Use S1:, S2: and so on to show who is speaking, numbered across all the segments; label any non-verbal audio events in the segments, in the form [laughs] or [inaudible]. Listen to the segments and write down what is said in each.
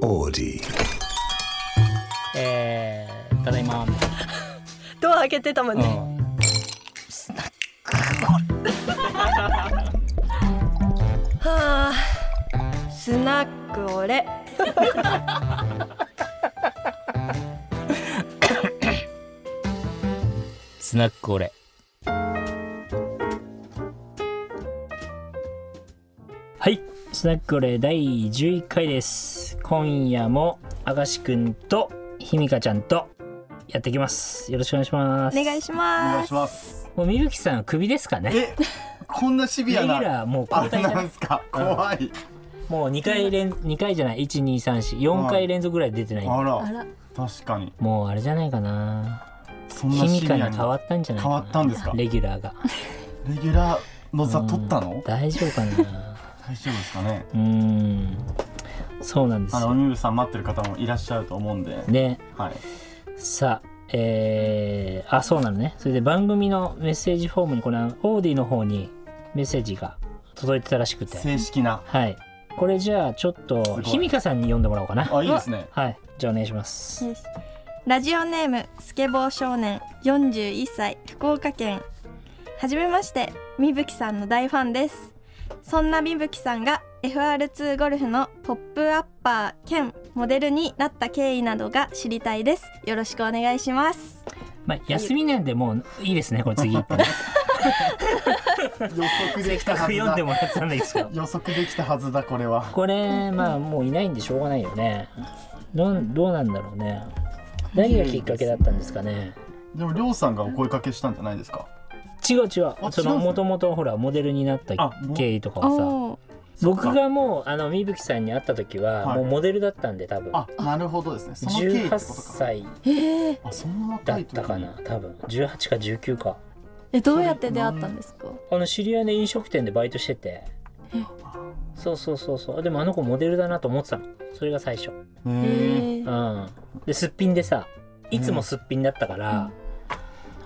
S1: オーディ
S2: えー、ただいまみたいな
S3: ドア開けてたもんね、
S2: うん
S3: はあスナックオレ
S2: スナック俺はいスナック俺第11回です今夜も明石くんとひみかちゃんとやっていきますよろしくお願いしま
S3: お
S2: す
S3: 願いし
S4: お願
S3: ま
S4: いし
S3: す
S4: ます。
S2: もうみぶきさんはクビですかね
S4: え、こんなシ
S2: レ
S4: ビ
S2: ギ
S4: ア
S2: ュ
S4: な。
S2: ラーもう
S4: あ、
S2: 交代じゃ
S4: な
S2: ない
S4: んすか。怖い。
S2: もう2回連二回じゃない12344回連続ぐらい出てない
S4: あ
S3: あ
S4: ら、
S3: ら
S4: 確かに。
S2: もうあれじゃないかな
S4: そん
S2: ひ
S4: な
S2: み
S4: シビ
S2: か
S4: ア
S2: に
S4: に。
S2: 変わったんじゃないか
S4: 変
S2: な
S4: わったんですか。レ
S2: レギュラーが
S4: ギュラーの座
S2: うん
S4: 取ったの？
S2: 大丈夫かな
S4: 大丈夫ですか
S2: [laughs]
S4: ね。
S2: うーんそうなんです
S4: あの
S2: よ
S4: おみぶさん待ってる方もいらっしゃると思うんで。
S2: で
S4: はい。
S2: さあえー、あそうなのねそれで番組のメッセージフォームにこれあのオーディの方にメッセージが届いてたらしくて
S4: 正式な。
S2: はいこれじゃあちょっと
S4: ごい
S2: ひみかさんに読んでもらおうかな
S4: あ、いいですね。
S2: はいじゃあお願いします
S3: よしラジオネームスケボー少年41歳福岡県はじめましてみぶきさんの大ファンですそんなみぶきさんが FR2 ゴルフのポップアッパー兼モデルになった経緯などが知りたいですよろしくお願いします
S2: まあ休みなんでもういいですねこれ次
S4: [laughs]
S2: 行ってね
S4: 予測できたはず
S2: 読んで
S4: だ。
S2: もらったんですけど
S4: 予測できたはずだこれは。
S2: これまあもういないんでしょうがないよねどうどうなんだろうね何がきっかけだったんですかね
S4: でもりょうさんがお声かけしたんじゃないですか。
S2: 違う違う
S4: あ
S2: そ
S4: 違う
S2: の
S4: んすね
S2: もともとほらモデルになった
S4: あもう
S2: 経緯とかはさ
S3: おー
S2: 僕がもうあのみぶきさんに会った時は、
S4: はい
S2: もうモデルだったんで多分
S4: あ、なるほどですね。その経緯ってこ
S2: 18
S4: とか。
S2: 歳
S3: えー、
S4: あ、そんな
S2: だ
S4: 若
S2: っ
S4: い時
S2: た
S4: に
S2: かな。多分18か19か
S3: えどうやって出会ったんですか
S2: あの知り合いの飲食店でバイトしててそうそうそうそうでもあの子モデルだなと思ってたのそれが最初
S3: え
S4: へえ。
S3: ー、
S2: うんですっぴんでさいつもすっぴんだったから、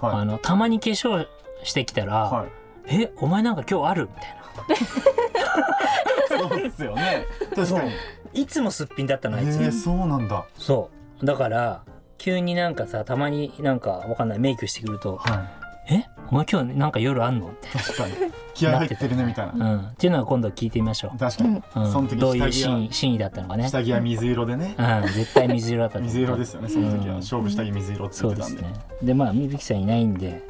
S2: あ
S4: は
S2: のたまに化粧してきたら「
S4: い。はい。
S2: えお前なんか今日ある?」みたいな
S4: そうですよね。
S2: [laughs]
S4: 確かに。
S2: いつもすっぴんだったのあいつ、
S4: えー、そうなんだ。
S2: そうだから急になんかさたまになんかわかんないメイクしてくると
S4: は
S2: 「えお前今日なんか夜あんの?」って
S4: い。確かに。気合入ってるねみたい
S2: [laughs]
S4: な。
S2: うん、っていうのは今度聞いてみましょ
S4: 確かに。
S2: う、うん
S4: その時
S2: どういう
S4: 下着は
S2: 真意真意だったのかね、
S4: 下着は水色でね。
S2: うん、絶対水色だったと思う
S4: 水色ですよね。その時
S2: う
S4: は
S2: ん
S4: 勝負下着水色って
S2: そ
S4: 言っ
S2: う
S4: て
S2: で
S4: た
S2: す
S4: ん
S2: ね
S4: で。
S2: でまあみぶきさんいないんで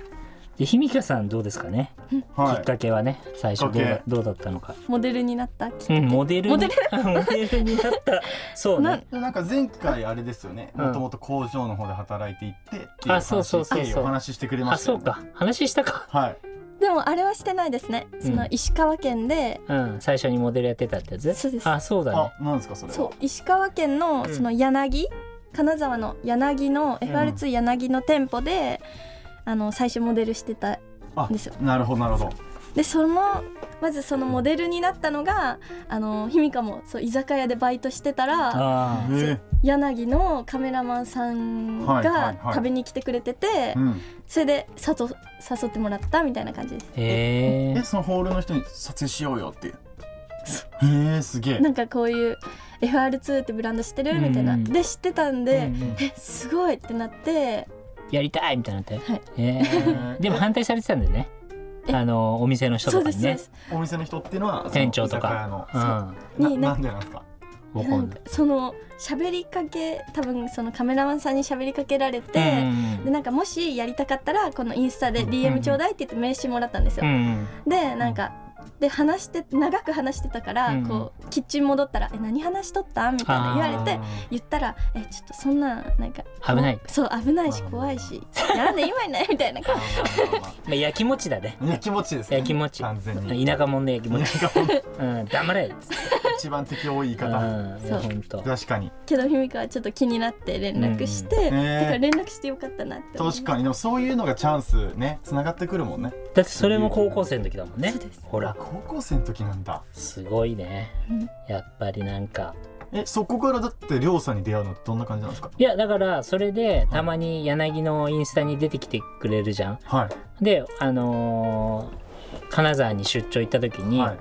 S2: でひみかさんどうですかね、きっ
S4: は
S2: かけはね最初どう
S4: きっか
S2: だ
S4: け
S2: どうだったのか、
S3: モデルになったき
S2: うん、モデルに
S3: モデ
S2: モデルになったそうね
S3: な
S4: でなんか前回あれですよね。
S2: うん
S4: もともと工場の方で働いていってっていう
S2: あそうそうそうそう
S4: 話経緯をお話ししてくれま
S2: あ
S4: した
S2: そ
S4: よ
S2: う
S4: ね。
S2: か話したか
S4: はい。
S3: でもあれはしてないですねその石川県で、
S2: うん最初にモデルやってたってやつ
S3: そうです
S2: あそうだね
S4: あ、なんですかそれ
S3: そう
S4: は。
S3: 石川県の
S2: うん
S3: その柳、金沢の柳の FR2 柳の店舗で、あの最初モデルしてた
S4: あ
S3: ですよ、
S4: なるほどなるほど。
S3: でそのまずそのモデルになったのがあのひみかもそう居酒屋でバイトしてたら
S2: あ
S4: ええ
S3: 柳のカメラマンさん
S4: はいはい
S3: が
S4: はい
S3: 食べに来てくれてて、
S4: うん。
S3: それで誘誘ってもらったみたいな感じです
S2: ーへ
S4: え、
S2: え
S4: そのホールの人に撮影しようよって。えー、すげえ
S3: [laughs] な。んかこういう FR2 ってブランドしてるみたいな、
S2: うんうん
S3: で知ってたんで、
S2: うんうん
S3: えすごいってなって
S2: やりたいみたいになって、
S3: はい
S2: え
S3: [laughs]
S2: ーでも反対されてたんだよねあのお店の人
S3: そ
S2: と
S3: う
S2: か
S3: で
S2: に
S3: すそう
S2: ね
S3: です
S4: お店の人っていうのはその
S2: 店長と
S4: 居酒屋の
S2: か、うん、わ
S4: な
S3: にな
S4: なんでなんですか。
S2: かん
S3: な
S2: なんい
S3: かその喋りかけ多分そのカメラマンさんに喋りかけられ
S2: う
S3: て、で
S2: ん
S3: なんかもしやりたかったらこのインスタで
S4: うん
S2: うん
S3: DM ちょうだいって言って名刺もらったんです
S2: う
S3: よ。
S2: ん
S3: でなんかで話して長く話してたから、
S2: うん
S3: こうキッチン戻ったら「え何話しとった?」みたいな言われて
S2: あー
S3: 言ったら「えちょっとそんななんか
S2: 危ない
S3: そう危ないし
S2: あー
S3: 怖いしなんで今いない?」みたいな感
S2: まあ、やきもちだね
S4: いや気持ちですね。
S2: やきもち
S4: 完全に。
S2: 田舎もんのやきもち、
S4: 田舎者
S2: うん、黙れっつって
S4: 一番敵多い言いう方。
S2: んい
S3: そ
S2: や
S3: う
S2: ほんと
S4: 確かに。
S3: じけどひみかはちょっと気になって連絡して、
S4: うんうん
S3: だから連絡してよかったなって思う
S4: 確かにでもそういうのがチャンスね繋がってくるもんね。
S2: だってそれも高校生の時だもんね
S3: そうです
S2: ほら
S4: 高校生の時なんだ。
S2: すごいね
S3: うん
S2: やっぱりなんか
S4: えそこからだってりょうさんに出会うのってどんな感じなんですか。
S2: いやだからそれでたまに柳のインスタに出てきてくれるじゃん
S4: は
S2: であのー金沢に出張行った時
S4: い
S2: に、
S4: はい。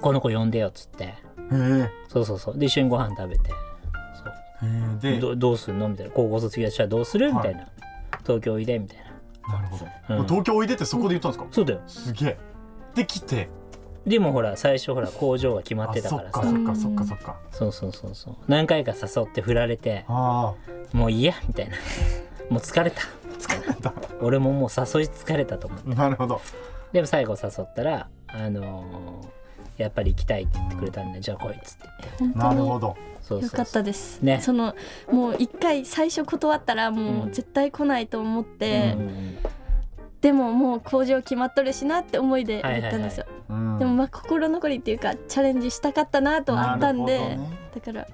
S2: この子呼んでよっつって
S4: へえ
S2: そうそうそうで一緒にご飯食べて
S4: へーで
S2: どどうするのみたいな高校卒業したらどうするみたいな、東京おいでみたいな
S4: なるほど、
S2: うん
S4: 東京おいでってそこで言ったんですか
S2: そうだよ
S4: すげえで来て
S2: でもほら最初ほら工場が決まってた
S4: そ
S2: か
S4: っ
S2: ら
S4: か
S2: さ
S4: そっかそっかそっか
S2: そうそうそうそう何回か誘って振られて
S4: あ
S2: もういいやみたいな [laughs] もう疲れた俺ももう誘い疲れたと思う
S4: あ [laughs] なるほど
S2: でも最後誘ったらあのーやっぱり行きたいって言ってくれたんでじゃあ来いっつって
S3: 本当
S4: なる
S3: に
S4: ほど
S2: そうそう
S3: よ
S2: そう
S3: かったです。
S2: ね
S3: そのもう一回最初断ったらもう絶対来ないと思って、
S2: うんうん
S3: でももう工場決まっとるしなって思いで行ったんですよ。
S4: うん
S3: でもまあ心残りっていうかチャレンジしたかったなとはあったんで、
S4: なるほどね
S3: だから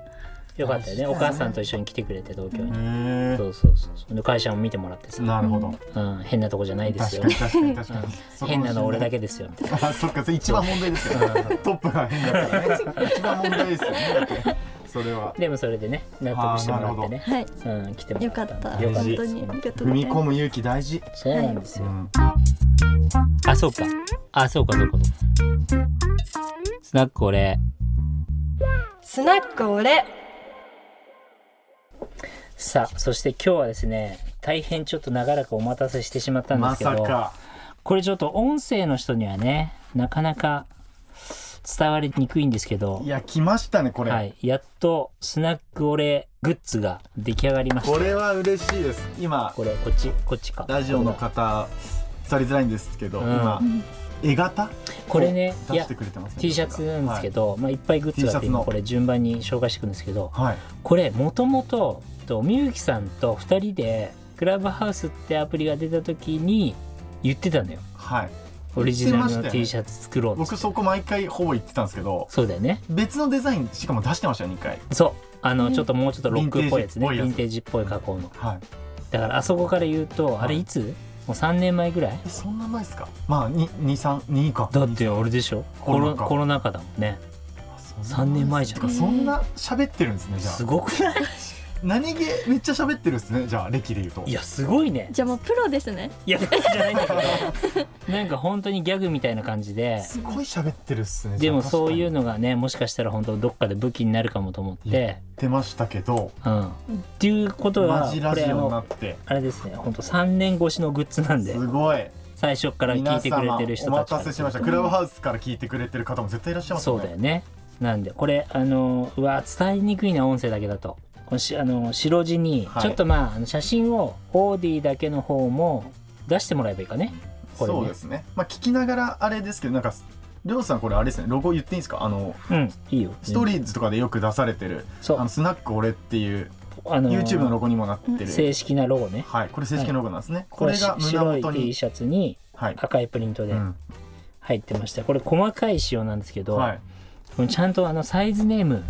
S2: よかったよねお母さんと一緒に来てくれて東京に、
S4: へ
S2: そうそうそうそうで会社も見てもらってさ
S4: え、なるほど
S2: うん、変なとこじゃないです
S4: 確
S2: よ
S4: かに確かに確かにそこ
S2: 変なの俺だ
S4: け
S2: けですよみたい
S4: あそっかそれ一番問題ですよねトップが変だからね一番問題ですよねだってそれは
S2: なでもそれでね納得してもらってね、
S3: はい
S2: うん、来てもら
S3: よかった。
S2: よかった
S3: 本当にありがとうご
S4: 踏
S3: ざ
S4: み
S3: い
S4: 込
S3: ます。
S4: む勇気大事
S2: そうなんです
S4: う
S2: よ、
S4: ん
S2: あそうかあそうかそうかそうかスナック俺
S3: スナック俺
S2: さあそして今日はですね大変ちょっと長らくお待たせしてしまったんで
S4: ます
S2: けど、
S4: さか
S2: これちょっと音声の人にはねなかなか伝わりにくいんですけど
S4: いや来ましたねこれ、
S2: はい、やっとスナックオレグッズが出来上がりました
S4: これは嬉しいです今
S2: これこっちこっちか
S4: ラジオの方伝わりづらいんですけど、
S2: うん
S4: 今絵型
S2: これね
S4: 出してくれてますね
S2: T シャツなんですけど、いまあ、いっぱいグッズがあって
S4: T シャツの
S2: 今これ順番に紹介していくんですけど
S4: はい、
S2: これもともとみゆきさんと2人でクラブハウスってアプリが出た時に言ってたのよ
S4: はい、
S2: オリジナルの
S4: 言ってましたよね
S2: T シャツ作ろうっつって
S4: 僕そこ毎回ほぼ言ってたんですけど
S2: そうだよね
S4: 別のデザインしかも出してましたよ2回
S2: そうあの、
S3: うん
S2: ちょっともうちょっとロックっぽいやつねヴ
S4: ヴ
S2: ィ
S4: ィ
S2: ン
S4: ン
S2: テ
S4: テ
S2: ージっぽい加工の
S4: はい
S2: だからあそこから言うと、あれいつもう3年前ぐらい
S4: えそんな前ですかまあ232か
S2: だってあれでしょコ
S4: コ
S2: ロ
S4: ロナ禍
S2: コロナ禍だもんね
S4: そ
S2: 3
S4: んな
S2: 年前じゃ
S4: てか
S2: ん
S4: そんな喋ってるんですねじゃ
S2: す
S4: あ
S2: ごくない
S4: 何気めっちゃ喋ってるんですねじゃあ歴で言うと
S2: いやすごいね
S3: じゃあもうプロですね。
S2: いやじゃないんだけどなんか本当にギャグみたいな感じです
S4: ごい喋ってるっすねじ
S2: で
S4: ゃあ
S2: もそういう
S4: 確かに
S2: のがねもしかしたら本当どっかで武器になるかもと思っ
S4: 言
S2: て、
S4: ってましたけど
S2: うん、っていうこと
S4: マ
S2: は
S4: ジ
S2: こ
S4: ラジ
S2: れあ
S4: オにな
S2: の
S4: って
S2: あれですね本当3年越しのグッズなんです
S4: ごい
S2: 最初から聞い
S4: 皆
S2: てくれ
S4: 様
S2: てる人
S4: お
S2: た
S4: 待
S2: ちから
S4: たせしましたクラブハウスから聞いてくれてる方も絶対いらっしゃいます
S2: そ
S4: よ
S2: う
S4: ね
S2: だよねなんでこれあのうわ伝えにくいな音声だけだとこのしあの白地に、
S4: はい
S2: ちょっとまああの写真をオーディだけの方も出してもらえばいいかねこれね
S4: そうですねまあ聞きながらあれですけどなんかりょうさんこれあれですねロゴ言っていいんですかあの
S2: うんいいよ
S4: ストーリーズとかでよく出されてる
S2: そう
S4: あのスナック俺っていう
S2: あの
S4: YouTube のロゴにもなってる
S2: 正式なロゴね
S4: はいこれ正式のロゴなんですねこ
S2: これ
S4: れが胸
S2: 白い
S4: 元
S2: T
S4: に
S2: シャツに
S4: はい
S2: 赤いプリントで
S4: うん
S2: 入ってました、これ細かい仕様なんですけど、
S4: はい
S2: これちゃんとあのサイズネーム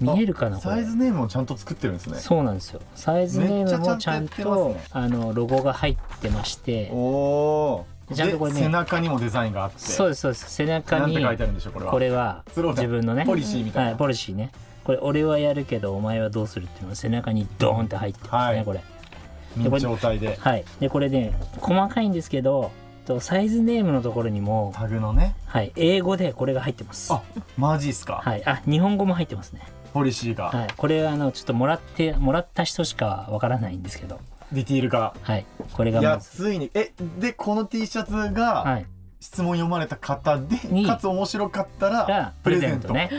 S2: 見えるかなこ
S4: サ
S2: れ
S4: イズネームをちゃんと作ってるんですね
S2: そうなんですよサイズネームもちゃん
S4: めっちゃちゃん
S2: と
S4: とやってますね
S2: あのロゴが入ってまして
S4: おお
S2: ちゃんとこれね
S4: 背中にもデザインがあって
S2: そうですそうです背中
S4: なん
S2: に
S4: て書いてあるんでしょうこれは
S2: これは
S4: スローガン
S2: 自分のね
S4: ポリシーみたいな
S2: はい、ポリシーねこれ俺はやるけどお前はどうするっていうのが背中にドーンって入ってますね、
S4: はい
S2: これ
S4: 明朝体で
S2: はいでこれね細かいんですけどとサイズネームのところにも、
S4: タグのね
S2: はい、英語でこれが入ってます
S4: あマジっすか
S2: はい、あ日本語も入ってますね、
S4: ポリシーが
S2: はい、これはあのちょっともらってもらった人しかわからないんですけど
S4: ディティールが
S2: はいこれが
S4: い
S2: ま
S4: や
S2: ず、
S4: ついにえでこの T シャツが
S2: はい、
S4: 質問読まれた方で
S2: に
S4: かつ面白かった
S2: が
S4: ら
S2: プ
S4: プ
S2: レ
S4: レ
S2: ゼ
S4: ゼ
S2: ン
S4: ン
S2: ト
S4: ト
S2: ね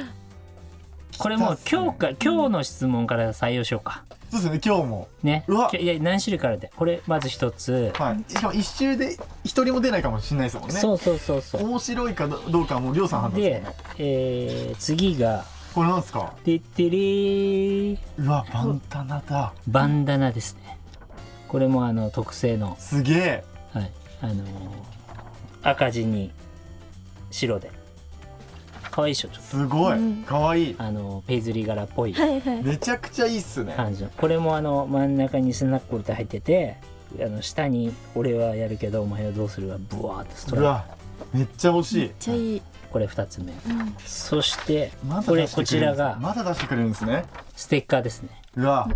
S2: これもう今日か今日の質問から採用しようか
S4: そうですね今日も
S2: ね
S4: うわ
S2: いやいや何種類からでこれまず一つ、
S4: はいしかも一周で一人も出ないかもしれないですもんね
S2: そうそうそうそう
S4: 面白いかどどうかはもうりょうさん判断で
S2: で
S4: すもんね、
S2: えー次が
S4: これなんですか
S2: 「てってれー
S4: うわバンタナだ
S2: バンダナ」ですねこれもあの特製の、
S4: すげえ
S2: はいあのー赤地に白で可愛いでしょちょっ
S4: すごい
S3: うん
S4: 可愛いい
S2: とあのーペイズリー柄っぽい
S3: はいはい。
S4: めちゃくちゃいいっすね
S2: 感じのこれもあの真ん中にスナックルって入っててあの下に「俺はやるけどお前はどうする?」がブワーってスト
S4: う
S2: ライ
S4: わめっちゃ欲し
S3: めっ
S4: い
S3: ちゃいい。
S2: プこれ2つ目
S3: うん
S2: そして
S4: まだ
S2: これ
S4: 出してくるんです
S2: こちらが
S4: まだ出してくれるんですね
S2: ステッカーですね
S4: うわ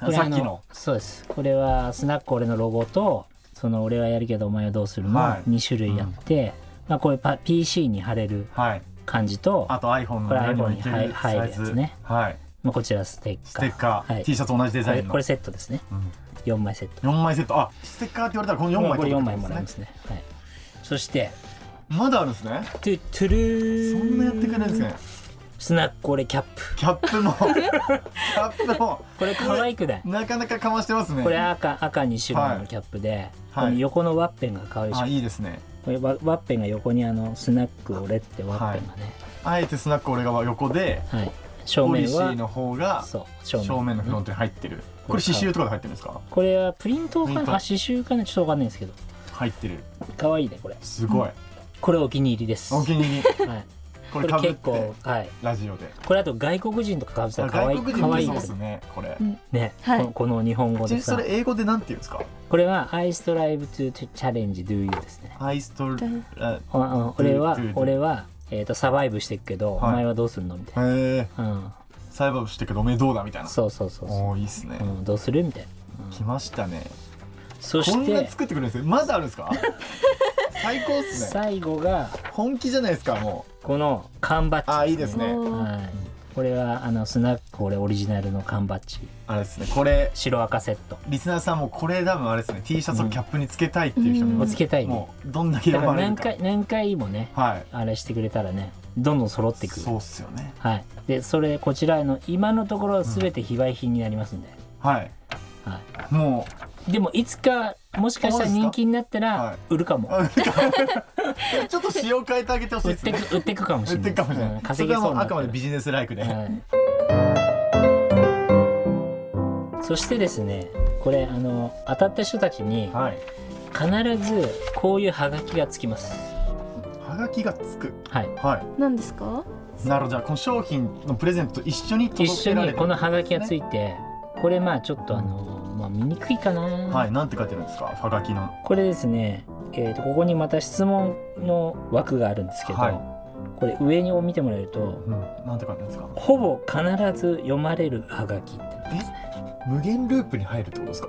S2: これ
S4: さっ
S2: あ
S4: きの
S2: そうですこれはスナック俺のロゴとその俺はやるけどお前はどうするの
S4: はい
S2: 2種類あって、まあこれパ PC に貼れる
S4: はい
S2: 感じと
S4: あと iPhone の裏にもいけ
S2: これ iPhone に入
S4: るサ
S2: 入
S4: イ
S2: るやつ
S4: ズ
S2: ね
S4: はい
S2: まあ、こちらステッ
S4: ス
S2: カー
S4: テッカー、
S2: はい
S4: T シャツ同じデ
S2: こ
S4: ザイ
S2: れ
S4: ンの
S2: これセットですね
S4: うん
S2: 4枚セット
S4: 4枚セットあステッカーって言われたらこの4枚
S2: これ
S4: 取
S2: 4
S4: って
S2: 枚
S4: こ
S2: も
S4: と
S2: らい
S4: で
S2: ますすね、はい、そして
S4: ねまだあるんですね
S2: トゥトゥル
S4: そ
S2: ー
S4: んなやってくれるんですね
S2: スナッコレキャップ
S4: キャップもキャップも
S2: これ可愛くない
S4: なかなかかましてますね
S2: これ赤赤に白
S4: は
S2: の
S4: い
S2: キャップで、
S4: はい
S2: この横のワッペンが可愛いでしょ
S4: あいいですね
S2: これワワッペンが横にあのスナックオレってワッペンがね、
S4: あえてスナック俺が横で
S2: はい正
S4: ポリ
S2: 面
S4: シー
S2: は
S4: の方が
S2: そう正面
S4: 正面のフロントに入ってるこれ刺繍とかで入ってるんですか
S2: これはプリントか
S4: プリント
S2: あ刺繍かねちょっとわかんないんですけど
S4: 入ってる
S2: 可愛いねこれ
S4: すごい
S2: これお気に入りです
S4: お気に入
S2: [laughs]
S4: り
S2: はい、こ
S4: これ
S2: れ
S4: かぶっ
S2: 結
S4: て
S2: 構はい
S4: ラジオで
S2: これあと外国人とかかぶってたら可愛
S4: 外
S2: い
S4: 国
S2: 可
S4: 人っ
S2: 愛
S4: て
S2: い
S4: そうで
S2: ですす
S4: ねこれ
S2: ね、
S3: はい
S2: このこの日本語
S4: ちなみ
S2: で
S4: にそ
S2: さ
S4: れ英語でなんて言うんですか
S2: これは「I strive to challenge do you」ですね
S4: アイストルあ
S2: ああ俺は
S4: do- do- do
S2: 俺は、えー、とサバイブしていくけど、
S4: はい
S2: お前はどうするのみたい
S4: へえ
S2: な、うん、
S4: サイバーしてるけどおめえどうだみたいな
S2: そうそうそうそ
S4: おおいいっすね
S2: う、うん、どうするみたいな
S4: 来ましたね
S2: そ
S4: こ
S2: し
S4: んな
S2: て
S4: 作ってくれるんですよまだある
S2: [laughs]
S4: んですか最高っすね
S2: 最後が
S4: 本気じゃないですかもう
S2: この缶バッジ
S4: あいいですね
S3: おー
S2: はい、これはあのスナック俺オリジナルの缶バッジ
S4: あれですねこれ
S2: 白赤セット
S4: リスナーさんもこれ多分あれですね T シャツをキャップにつけたいっていう人もいま
S2: を
S4: す
S2: つけたいね
S4: もうどんだけ
S2: だ
S4: や
S2: から
S4: ばれる
S2: 何
S4: か
S2: 回何回もね
S4: は
S2: あれしてくれたらねどんどん揃って
S4: い
S2: くる
S4: そうっすよね
S2: はいでそれこちらの今のところは全て非売品になりますんで、
S4: はい
S2: は
S4: も
S2: い、でもいつかもしかしたら人気になった
S4: はい
S2: ら売るかも、
S4: う [laughs] ちょっと仕様変えてあげてほしい
S2: 売っ
S4: です
S2: て
S4: ね [laughs]
S2: く売ってくかもし
S4: 売
S2: れ
S4: っ
S2: ない
S4: てくかもしれ
S2: う
S4: なんいそ
S2: 稼
S4: れ
S2: げ
S4: は
S2: そうに
S4: もう
S2: な
S4: あ
S2: ったら
S4: くまでビジネスライクで
S2: はいそしてですねこれあの当たった人たちに
S4: はい
S2: 必ずこういうハガキがつきます
S4: はがきがつく
S2: はい
S4: は
S3: 何ですか
S4: いなるほどじゃあこの商品のプレゼントと一緒に
S2: 一
S4: 届
S2: 緒
S4: けられ
S2: に
S4: る
S2: このハガキがつ
S4: い
S2: いてこれまあちょっとあの、まあ、見にくいかな、
S4: はいなんて書いてるんですかはがきの
S2: これですね、えー、とここにまた質問の枠があるんですけど、
S4: はい
S2: これ上を見てもらえると
S4: うんなんて書いてるんですか
S2: ほぼ必ず読まれるハガキって
S4: 無限ループに入るってことですか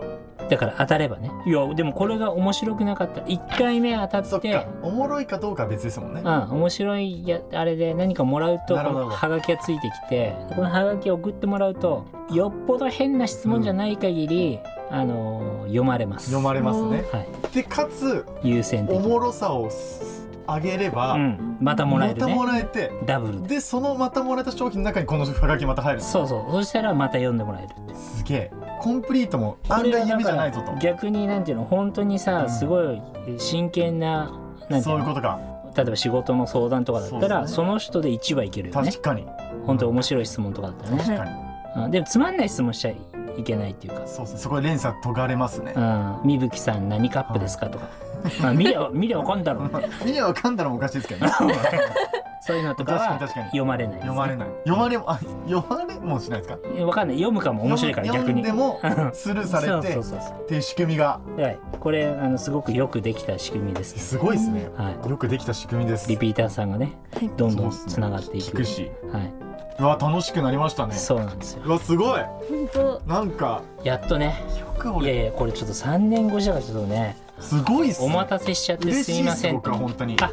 S2: だから当たればねいやでもこれが面白くなかった1回目当た
S4: そ
S2: っ
S4: ってかおもろいかどうかは別ですもんね
S2: うん、面白いやあれで何かもらうとこ
S4: なるほど
S2: のハガキがついてきてこのハガキを送ってもらうとよっぽど変な質問じゃない限り、あのー読まれます
S4: 読まれますね
S2: はい
S4: でかつ
S2: 優先的
S4: お
S2: に
S4: もろさをす上げれば、
S2: うん、またもらえる
S4: また
S2: ね
S4: もらえて
S2: ダブルで
S4: でそのまたもらえた商品の中にこのハガキまた入る
S2: そうそうそしたらまた読んでもらえる
S4: すげえコンプリートも案外夢じゃないぞと
S2: 逆になんていうの本当にさ、
S4: うん
S2: すごい真剣ななんてい
S4: そうういう
S2: の
S4: ことか
S2: 例えば仕事の相談とかだったら
S4: そ
S2: そ,、
S4: うですね
S2: の人で1話いけるよね
S4: 確かに
S2: 本当面白い質問とかだったらね、
S4: 確かに
S2: うん、でもつまんない質問しちゃいけないっていうか
S4: そうですねそこで連鎖とがれますね
S2: うん「みぶきさん何カップですか?」とか「あ見りゃ見りゃわかんだろ」みたいな
S4: [laughs] 見りゃわかんだらもおかしいですけ
S2: [laughs]
S4: どね
S2: そういうのとか
S4: 確かに
S2: は
S4: 確かに
S2: 読まれないですね
S4: 読まれない読まれもあ読まれもしないですか
S2: わかんない読むかも面白いから
S4: 読
S2: 逆
S4: む
S2: に
S4: 読んでもスルーされて
S2: [laughs] そう
S4: っ
S2: そうそう
S4: ていう仕組みが
S2: そうはいこれあのすごくよくできた仕組みですね
S4: すごいですね
S2: はい
S4: よくできた仕組みです
S2: リピーターさんがね
S3: はい
S2: どん
S4: そ
S2: ど
S4: うんっすね
S2: つながってい
S4: 聞
S2: く
S4: くし
S2: はい、
S4: うわ楽しくなりましたね
S2: そうなんですよ
S4: うわすごい
S3: 本当
S4: なんか
S2: やっとね
S4: よく
S2: いや
S4: 俺
S2: いやこれちょっと3年越しだからちょっとね
S4: すごいっすね
S2: お待たせしちゃってす
S4: 嬉し
S2: い
S4: いっ
S2: ま
S4: す
S2: せんって
S4: 僕は本当に
S2: あ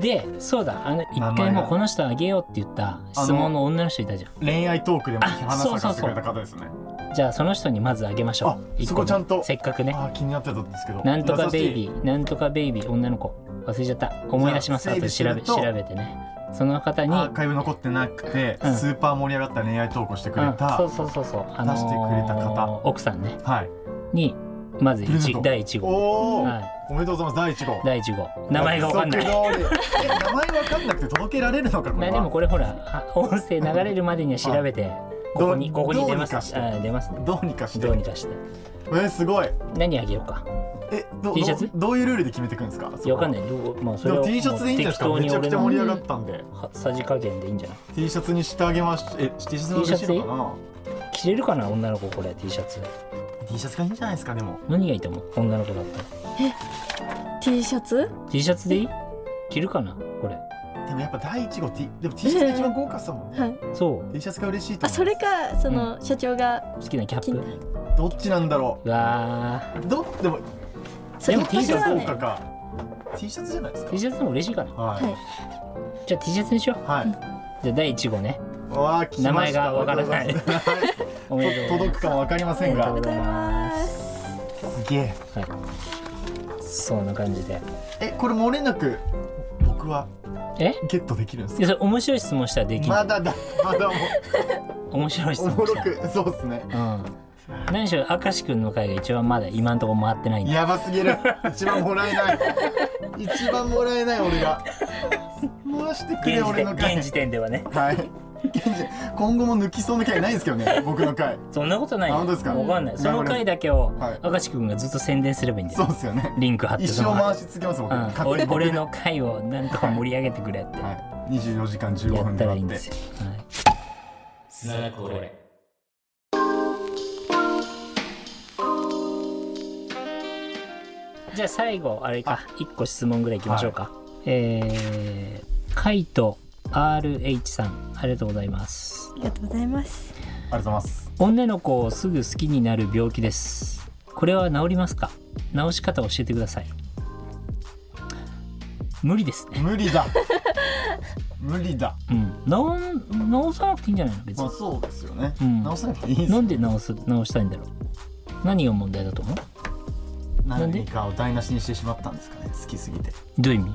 S2: でそうだあの
S4: 名
S2: 一
S4: 前
S2: 回
S4: が
S2: もうこの人あげようって言った質問の女の人いたじゃ
S4: 恋愛トークでも
S2: あ
S4: 話
S2: そ
S4: さ
S2: う
S4: せ
S2: そうそ
S4: てく
S2: う
S4: れた方ですね
S2: んじゃあその人にまずあげましょ
S4: あ
S2: う一
S4: そ
S2: 個
S4: こ
S2: 目
S4: ちゃんと
S2: せっかくね
S4: あー気になってたんですけど
S2: なんとかベイビ
S4: ー
S2: ーなんとかベイビー女の子忘れちゃった思い出します
S4: じゃあ
S2: 後で
S4: 整
S2: 調
S4: 理
S2: べ
S4: すると
S2: 調べてねその方に
S4: アーカイブ残ってなくて、
S2: うん
S4: スーパー盛り上がった恋愛トークをしてくれ
S2: うん
S4: た、
S2: そうそうそうそうあ
S4: 出してくれた方
S2: 奥さんね
S4: はい
S2: にまず
S4: プレゼン
S2: 一
S4: ト
S2: 第1号
S4: おお、
S2: はい
S4: おめでとうございます第一号
S2: 第1号名前が分かんない
S4: 約束通りえ名前分かんなくて届けられるのかこ
S2: まあ
S4: れは
S2: でもこれほらあ音声流れるまでには調べてここに
S4: ど
S2: ここに出ま
S4: どうにか
S2: す
S4: して
S2: あ出ますね
S4: どうにかして
S2: どうにかして
S4: えーすごい
S2: 何あげようか
S4: えど
S2: T シャツ
S4: どどういうルールで決めていくんですか
S2: いやわかん
S4: ない
S2: ないどうまあそ
S4: で
S2: れ
S4: も
S2: を
S4: T シャツでいいんじゃないですかめちゃくちゃ盛り上がったんで
S2: はさじ加減でいいんじゃない
S4: T シャツにしてあげましえ T シャツの嬉しいのかな
S2: 着れるかな女の子これ T シャツ
S4: T シャツがいいんじゃないですかでも
S2: 何がいいと思う女の子だったら
S3: T シャツ
S2: T シャツでいい着るかなこれ
S4: でもやっぱ第一号 T でも T シャツが一番豪華さもんね、
S3: はい
S2: そう
S4: T シャツが嬉しいと
S3: あ
S4: 思う
S3: それかその社長が
S2: 好きなキャ
S3: 気
S2: ッ
S3: に
S2: プ
S4: どっちなんだろ
S2: うわ
S4: うどっでも
S3: それ
S2: でも T シャツ
S3: は
S4: 豪
S3: ね
S4: 華か T シャツじゃないです
S2: ー
S4: か
S2: T シャツでも嬉しいかな
S4: は
S3: はいい
S2: じゃあ T シャツにしよう
S4: はい、
S2: じゃあ第1号ね
S4: おわあ、来ました
S2: 名前がわからない
S4: [laughs] ありがとうござます
S2: おめでとうござい
S4: 届くかもわかりませ
S3: あ
S4: ん
S3: りがと
S4: が
S3: うご。ざいます。
S4: すげえ。
S2: ます、はい、そんな感じで
S4: え、これ漏れなく。僕は
S2: え
S4: ゲットできるんです
S2: いやそれ面白い質問したらでき
S4: か。
S2: な
S4: ま
S2: い、
S4: だだ。まだも
S2: 面白い質
S4: お
S2: 問
S4: も
S2: した
S4: ろく。そうですね。
S2: うん何しろ明石君の回が一番まだ今のところ回ってないんで
S4: やばすぎる。一番もらえない。一番もらえない俺が。回してくれ
S2: 現時
S4: 俺
S2: 点
S4: の
S2: 現
S4: 回。
S2: 時点ではね
S4: はい。現時今後も抜きそうな回ないんですけどね。僕の回。
S2: そんなことないよ
S4: あ本当ですか
S2: わかんない
S4: うん
S2: その回だけを
S4: はい
S2: 明石君がずっと宣伝すればいいんだ
S4: そう
S2: よ
S4: ですよね。
S2: リンク貼って
S4: 一
S2: そ
S4: 生
S2: の
S4: 回し続けます僕。
S2: うん、
S4: 勝手
S2: 俺
S4: に
S2: 俺。の回をなんとか盛り上げてくれって
S4: はい。24時間15
S2: や
S4: 分
S2: っ
S4: で
S2: たら
S4: 割
S2: いいん
S4: っ
S2: で
S4: て
S2: す。よ、はい、これじゃあ最後あれか1個質問ぐらいいきましょうか、えー、カイト RH さんありがとうございます
S3: ありがとうございます。
S4: ありがとうございます。
S2: 女の子をすぐ好きになる病気ですこれは治りますか治し方を教えてください無理ですね
S4: 無理だ。無理だ。
S2: うん治ん治さなくていいんじゃないの別
S4: まあ
S2: に
S4: そうですよね。
S2: うん
S4: 直さなくていいです
S2: [laughs] な
S4: よ。
S2: んで治す治したいんだろう何が問題だと思うなんで
S4: 何かを台無しにしてしまったんですかね。好きすぎて。
S2: どういう意味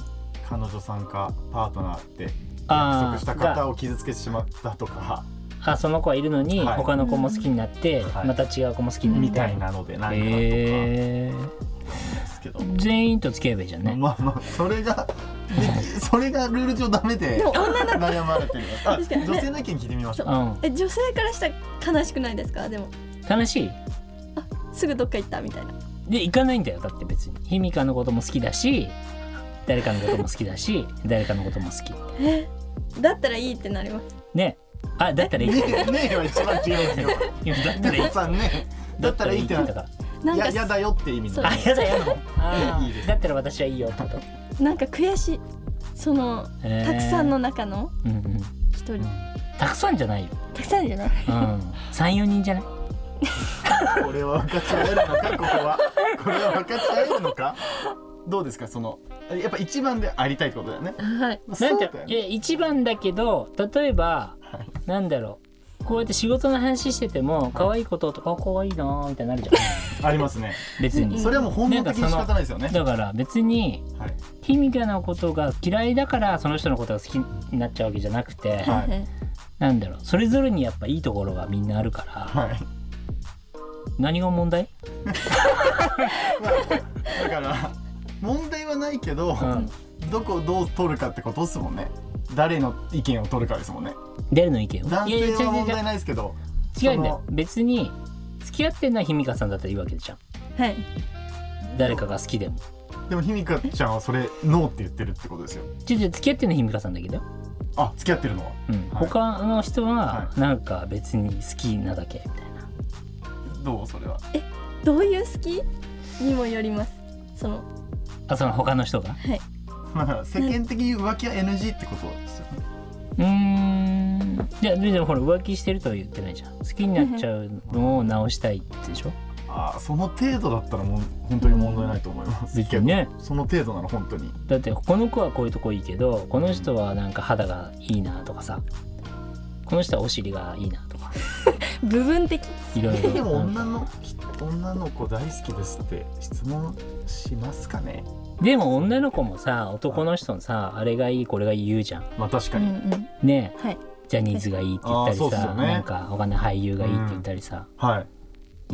S4: 彼女さんかパートナーって約
S2: あ
S4: 束した
S2: ーが
S4: 方を傷つけてしまったとか
S2: あその子はいるのに
S4: はい
S2: 他の子も好きになって、
S4: はい
S2: また違う子も好きになって
S4: みたいなのでなんかとかで
S2: え
S4: すけど、
S2: ー、全員と付き合えばいいじゃんね、
S4: まあまあそ
S3: [laughs]
S4: れができそれがルール上ダメで悩まれてるあ
S3: 確かにね
S4: 女性の意見聞いてみましょう
S2: うん
S3: え、女性からしたら悲しくないですか？でも
S2: 楽しい
S3: すぐどっか行ったみたいな。
S2: で行かないんだよだって別にひみかのことも好きだし誰かのことも好きだ [laughs] し誰かのことも好き
S3: え、だったらいいってなります。
S2: ねあだったらいい
S4: ねえねえは一番違うんですよ
S2: いやだったらいい
S4: [laughs] 皆さんねだったらいいって
S2: だ
S4: な
S2: たらいいって
S3: なん
S4: や
S3: か
S4: やだよって意味
S3: そ
S4: で
S3: う
S2: 言ったからあやだやだあー
S4: [laughs] いいです
S2: だったら私はいいよってこと、
S3: なんか悔しい。その
S2: えー
S3: たくさんの中の
S2: うんうん
S3: 一人。
S2: たくさんじゃないよ、
S3: たくさんじゃない。
S2: うん、34人じゃない
S4: これは分かっちゃえるのかここはこれは分かっちゃえるのかどうですかそのやっぱ一番でありたいってことだよね
S3: はい。
S2: なん
S4: そう
S2: て
S4: だよ
S2: い
S4: ね
S2: や一番だけど例えば、
S4: はい
S2: なんだろうこうやって仕事の話してても可愛いこととかあ可愛いなーみたいにな
S4: [laughs]
S2: るじゃ
S4: ありますね
S2: ん別に
S4: それはもう本能的に仕方ないですよね
S2: だから別に
S4: はい
S2: ひみかのことが嫌いだからその人のことが好きになっちゃうわけじゃなくて、
S4: はい
S3: はい。
S2: なんだろうそれぞれにやっぱいいところがみんなあるから、
S4: はい
S2: 何が問題、
S4: だから問題はないけど、
S2: うん、
S4: どこをどう取るかってことですもんね誰の意見を取るかですもんね
S2: 誰の意見を
S4: 男
S2: いやいや違う
S4: 性は
S2: 違う
S4: 問題ないですけど
S2: 違う違うんだよ
S4: その
S2: 別に付き合ってないひみかさんだったらいいわけじゃん
S3: はい。
S2: 誰かが好きでも
S4: でもひみかちゃんはそれノーって言ってるってことですよ
S2: 違う違う付き合ってないひみかさんだけどよ
S4: あ付き合ってるのは
S2: うん、
S4: はい
S2: 他の人は
S4: は
S2: なんか別に好きなだけみたいな、
S4: どうそれは [laughs]
S3: どういう好きにもよります。その
S2: あその他の人が
S4: まあ世間的に浮気は NG ってことですよね
S2: うーんいやでもほら浮気してるとは言ってないじゃん好きになっちゃうのを直したいでしょ
S4: あその程度だったらもう本当に問題ないと思います
S2: 別
S4: け
S2: に
S4: ど
S2: ね
S4: その程度なら本当に
S2: だってこの子はこういうとこいいけどこの人はなんか肌がいいなとかさこの人はお尻がいいなとか
S3: 部分的。
S2: いろいろ
S4: でも
S2: なんか
S4: 女の女の子大好きですって質問しますかね
S2: でも女の子もさ男の人のさあれがいいこれがいい言うじゃん
S4: まあ確
S3: う
S4: か
S3: んう
S4: に、
S3: ん。
S2: ねえ
S3: はい。
S2: ジャニーズがいいって言ったり
S4: あーそうっす
S2: さ、
S4: よね
S2: なんか他の俳優がいいって言ったりさ、
S4: はい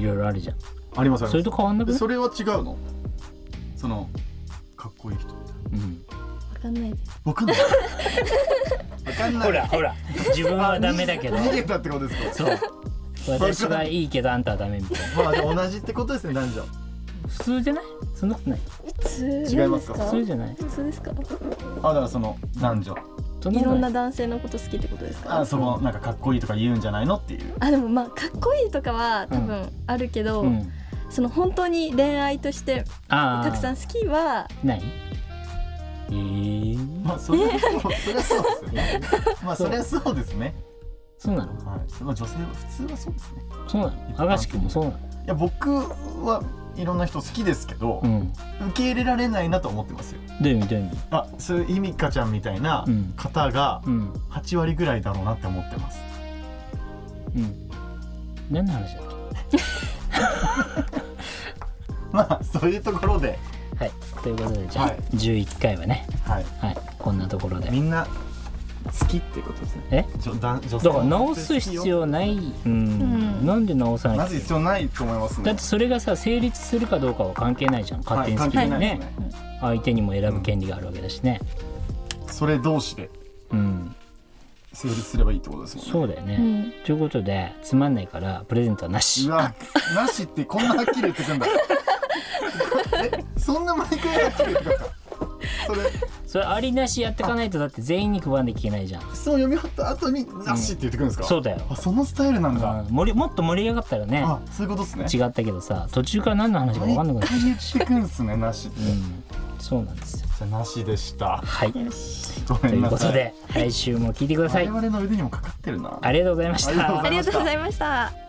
S2: いろいろあるじゃん
S4: ありますあります
S2: それと変わんなく
S4: え
S2: ない
S4: それは違うのそのかっこいい人みたい
S2: う
S4: な
S2: ん
S3: わかんないです。
S4: わか [laughs] んないわかんない
S2: ほらほら自分はダメだ
S4: [laughs]
S2: けど
S4: あ逃げ逃げたってことです
S2: そう私はいいけどあんたはダメみたいな
S4: かまあでも同じってことですね男女
S2: 普通じゃないそんなことない
S3: 普通
S4: 違いますか
S2: 普通じゃない
S3: 普通ですか。
S4: あだからその男女
S2: そ
S3: い
S2: こ
S3: ろ
S2: と
S3: んな男性のこと好きってことですか。
S4: あそのなんかかっこいいとか言うんじゃないのっていう
S3: あでもまあかっこいいとかは多分あるけど、
S2: うん
S3: その本当に恋愛として
S2: ああ
S3: たくさん好きは
S2: ないえー、
S4: まあそれはそうそれはそうですよねまあそれはそうですね
S2: そうなの
S4: はいその女性は普通はそうですね
S2: そうなの明石君もそうなの
S4: いや僕はいろんな人好きですけど、
S2: うん
S4: 受け入れられないなと思ってますよ
S2: どういう意味どういう意味
S4: あそういうひみかちゃんみたいな
S2: うん
S4: 方が
S2: うん
S4: 8割ぐらいだろうなって思ってます、 [laughs]
S2: うん何の話だっけ
S4: まあそういうところで、
S2: はいということでじゃあ、
S4: はい
S2: 11回はね
S4: はい、
S2: はいこんなところで
S4: みんな好きっていうことですね
S2: え
S4: 女男女性
S2: だから直す必要ないうん、
S3: うん
S2: なんで直さな
S4: ないぜ必要ないと思いますね
S2: だってそれがさ成立するかどうかは関係ないじゃん勝
S4: は
S2: 手
S4: い
S2: に好
S4: 関
S2: き
S4: 係
S2: に
S4: ないで
S2: ね
S4: すね、
S2: 相手にも選ぶ権利があるわけだしね
S4: それ同士で
S2: うん
S4: 成立すればいいってことですもんね
S2: そうだよね、
S3: うん
S2: ということでつまんないからプレゼントはなし
S4: うわなしってこんなはっきり言ってく
S2: [laughs]
S4: んだえそんな毎回はっきり言ってくんだそれ
S2: それありなしやってかないとだって全員に配らなきゃいけないじゃん
S4: 質問読み終わった後になしって言ってくるんですか、
S2: そうだよ
S4: あそのスタイルなんだ、
S2: うん盛りもっと盛り上がったらね
S4: あそういうことですね
S2: 違ったけどさ途中から何の話か分かんなくなっちゃ
S4: 毎回言ってくんですねなしって、
S2: う、うん、そうなんですよ
S4: じゃあなしでした
S2: はいと
S3: よし
S4: ごめ
S2: い
S4: ん
S2: う
S4: な
S2: こ
S4: さ
S2: と
S4: い
S2: で来週も聞いてください
S4: 我々の腕にもかかってるな
S2: ありがとうございまし
S4: ありがとうござい
S2: た
S3: ありが
S4: ました
S3: とうございました